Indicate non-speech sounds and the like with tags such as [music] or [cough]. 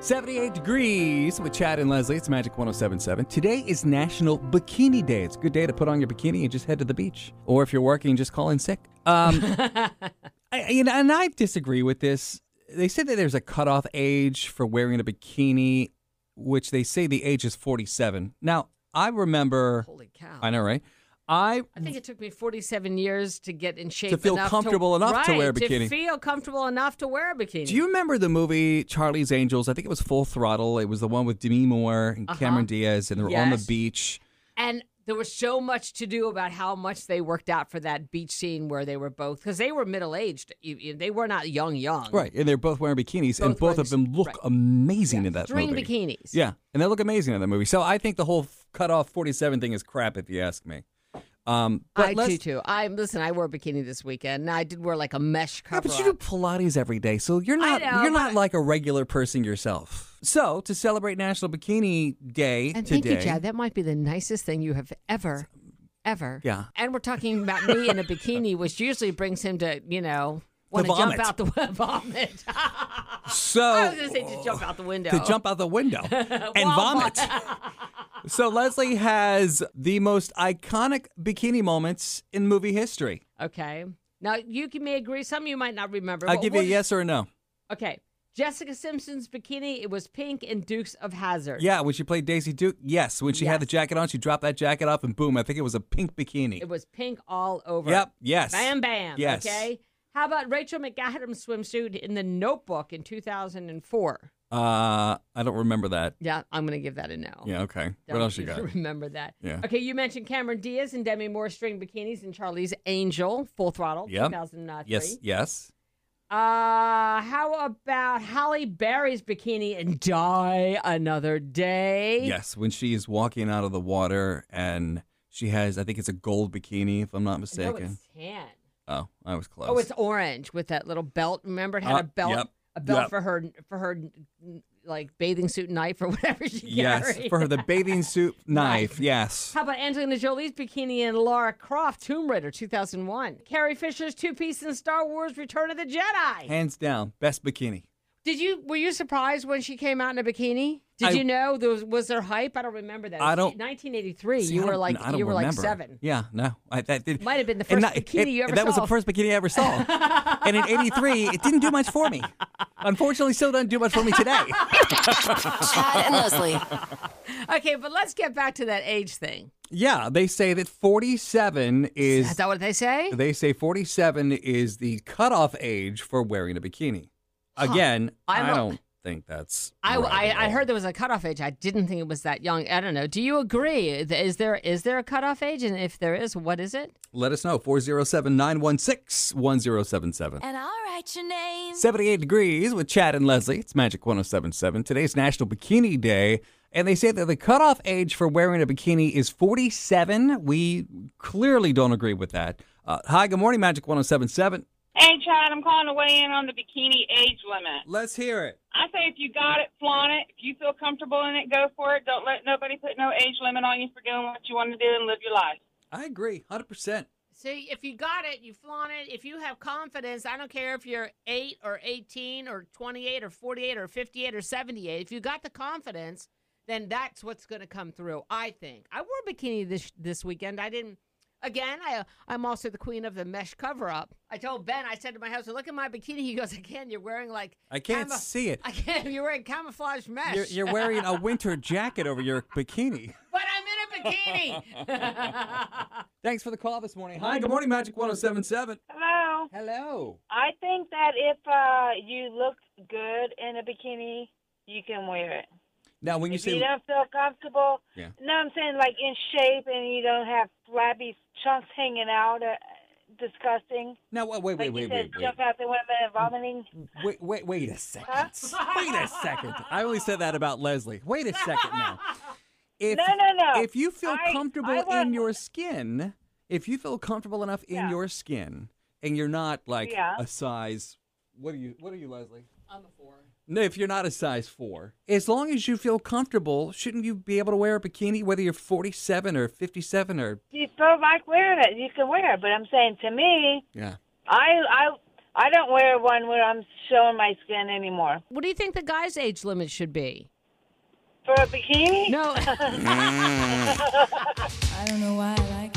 78 degrees with Chad and Leslie. It's Magic 1077. Today is National Bikini Day. It's a good day to put on your bikini and just head to the beach. Or if you're working, just call in sick. Um, I, you know, and I disagree with this. They said that there's a cutoff age for wearing a bikini, which they say the age is 47. Now, I remember, Holy cow. I know, right? I I think it took me 47 years to get in shape feel enough comfortable enough to Right, wear a bikini. To feel comfortable enough to wear a bikini. Do you remember the movie Charlie's Angels? I think it was Full Throttle. It was the one with Demi Moore and Cameron Diaz, and they were on the Yes. beach. and there was so much to do about how much they worked out for that beach scene where they were both because they were middle aged. They were not young, young. Right, and they're both wearing bikinis, and Both both wearing of them s- look right. amazing in that String movie. bikinis. Yeah, and they look amazing in that movie. So I think the whole f- cutoff forty-seven thing is crap, if you ask me. Um, but I let's- do too. I listen. I wore a bikini this weekend. and I did wear like a mesh Yeah, cover. but you do Pilates every day, so you're I not know, you're not but- like a regular person yourself. So to celebrate National Bikini Day And today, thank you, Chad. That might be the nicest thing you have ever, ever. Yeah. And we're talking about me in [laughs] a bikini, which usually brings him to you know want to vomit. jump out the [laughs] vomit. so I was going to say to jump out the window. to jump out the [laughs] window and Well, vomit. so Leslie has the most iconic bikini moments in movie history. Okay. Now you can may agree. Some you might not remember. I'll but give you a we'll- yes or a no. Okay. Jessica Simpson's bikini. It was pink in Dukes of Hazard. Yeah, when she played Daisy Duke, yes. When she had the Yes. jacket on, she dropped that jacket off, and boom, I think it was a pink bikini. It was pink all over. Yep. Yes. Bam, bam. Yes. Okay. How about Rachel McAdams' swimsuit in The Notebook in 2004? Uh, I don't remember that. Yeah, I'm going to give that a no. Yeah. Okay. Don't what else you got? [laughs] Remember that. Yeah. Okay, you mentioned Cameron Diaz and Demi Moore string bikinis and Charlie's Angel, Full Throttle, Yep. 2003. Yes. Yes. Uh, how about Holly Berry's bikini and Die Another Day? Yes. When she is walking out of the water and she has, I think it's a gold bikini, if I'm not No, mistaken. it's tan. oh, I was close. Oh, it's orange with that little belt. Remember, it had Uh, a belt, yep, a belt yep. for her, for her, n- like bathing suit knife or [laughs] whatever she yes. carried. For her, the bathing [laughs] suit knife. Knife. Yes. How about Angelina Jolie's bikini and Laura Croft, Tomb Raider, 2001? Carrie Fisher's two piece in Star Wars: Return of the Jedi. Hands down, best bikini. Did you were you surprised when she came out in a bikini? Did I- you know there was, was there hype? I don't remember that. I It was don't- 1983. See, you I were don't- like I don't you were like remember. seven. Yeah, no, I, that did, Might have been the and first bikini you ever That was saw. the first bikini I ever saw. and in '83, it didn't do much for me. Unfortunately, still doesn't do much for me today. Chad and Leslie. Okay, but let's get back to that age thing. [laughs] yeah, they say that 47 Is, is. that what they say? They say 47 is the cutoff age for wearing a bikini. Again, I'm I a- don't think that's. I, right at I, I all. heard there was a cutoff age. I didn't think it was that young. I don't know. Do you agree? Is there is there a cutoff age? And if there is, what is it? Let us know 407 916 1077. And I'll write your name. 78 degrees with Chad and Leslie. It's Magic 1077. Today's National Bikini Day. And they say that the cutoff age for wearing a bikini is 47. We clearly don't agree with that. Uh, hi, good morning, Magic 1077. Hey, Chad, I'm calling to weigh in on the bikini age limit. Let's hear it. I say if you got it, flaunt it. If you feel comfortable in it, go for it. Don't let nobody put no age limit on you for doing what you want to do and live your life. I agree, 100%. See, if you got it, you flaunt it. If you have confidence, I don't care if you're 8 or 18 or 28 or 48 or 58 or 78. If you got the confidence, then that's what's going to come through, I think. I wore a bikini this this weekend. I didn't Again, I I'm also the queen of the mesh cover up. I told Ben, I said to my husband, "Look at my bikini." He goes, "I can't. You're wearing like I can't [laughs] see it. I can't. You're wearing camouflage mesh. You're, you're wearing a winter jacket over your bikini. [laughs] but I'm in a bikini." [laughs] [laughs] Thanks for the call this morning. Hi, good morning, Magic 1077. Hello. Hello. I think that if uh, you look good in a bikini, you can wear it. Now, when you If you say. don't feel comfortable, Yeah. no, I'm saying like in shape and you don't have flabby chunks hanging out, uh, disgusting. Now, wait, wait, Like wait, you wait, said, wait. wait. jump out the window and vomiting. Wait, wait, wait a second. Wait a second. I only said that about Leslie. Wait a second [laughs] now. If, No, no, no. If you feel I- comfortable I in want- your skin, if you feel comfortable enough in Yeah. your skin, and you're not like Yeah. a size, what are you? What are you, Leslie? I'm a four. No, if you're not a size four, as long as you feel comfortable, shouldn't you be able to wear a bikini, whether you're 47 or 57 or If you feel like wearing it, you can wear it. But I'm saying to me, yeah. I I I don't wear one when I'm showing my skin anymore. What do you think the guy's age limit should be? For a bikini? No. [laughs] I don't know why I like